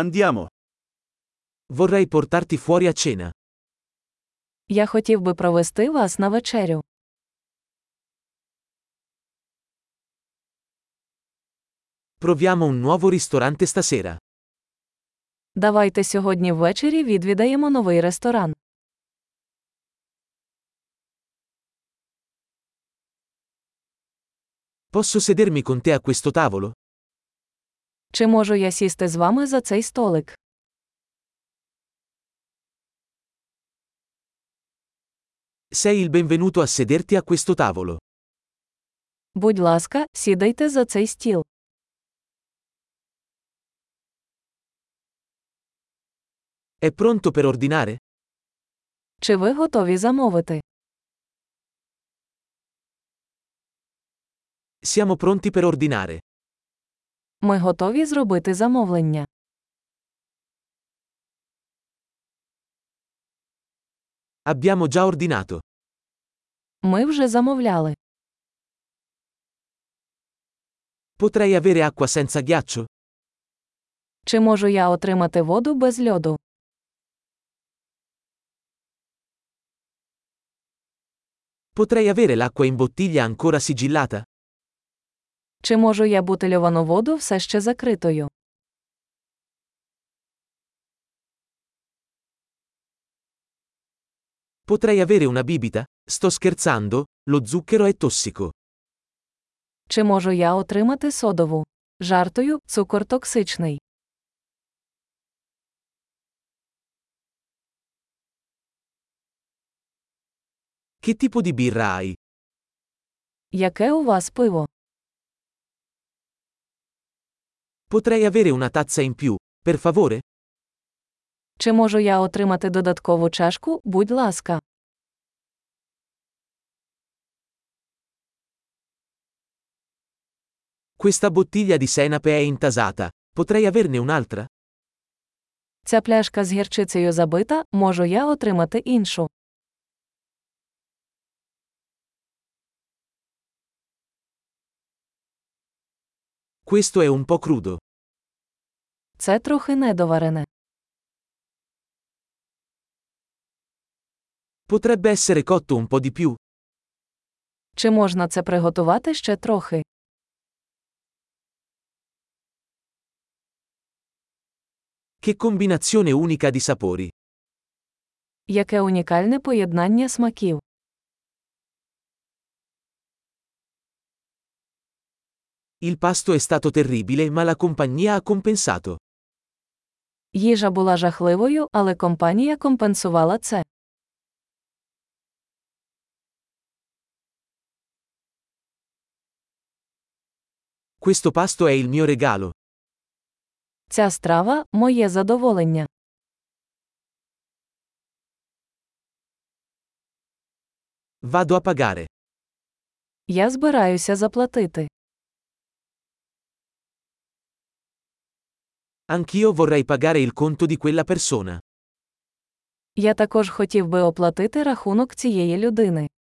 Andiamo. Vorrei portarti fuori a cena. Я хотів би провести вас на вечерю. Proviamo un nuovo ristorante stasera. Давайте сьогодні ввечері відвідаємо новий ресторан. Posso sedermi con te a questo tavolo? Чи можу я сісти з вами за цей столик? Sei il benvenuto a sederti a questo tavolo. Будь ласка, сідайте за цей стіл. È pronto per ordinare? Чи ви готові замовити? Siamo pronti per ordinare. Ми готові зробити замовлення. Abbiamo già ordinato. Ми вже замовляли. Potrei avere acqua senza ghiaccio? Чи можу я отримати воду без льоду? Potrei avere l'acqua in bottiglia ancora sigillata? Чи можу я бутильовану воду все ще закритою? Potrei avere una bibita? Sto scherzando, lo zucchero è tossico. Чи можу я отримати содову? Жартою, цукор токсичний. Che tipo di birra hai? Яке у вас пиво? Potrei avere una tazza in più, per favore? Чи можу я отримати додаткову чашку, будь ласка. Questa bottiglia di senape è intasata. Potrei averne un'altra? Ця пляшка з гірчицею забита, можу я отримати іншу. Questo è un po' crudo. Це трохи недоварене. Potrebbe essere cotto un po' di più. Чи можна це приготувати ще трохи? Che combinazione unica di sapori. Яке унікальне поєднання смаків. Il pasto è stato terribile, ma la compagnia ha compensato. Їжа була жахливою, але компанія компенсувала це. Questo pasto è il mio regalo. Ця страва моє задоволення. Vado a pagare. Я збираюся заплатити. Anch'io vorrei pagare il conto di quella persona. Я також хотів би оплатити рахунок цієї людини.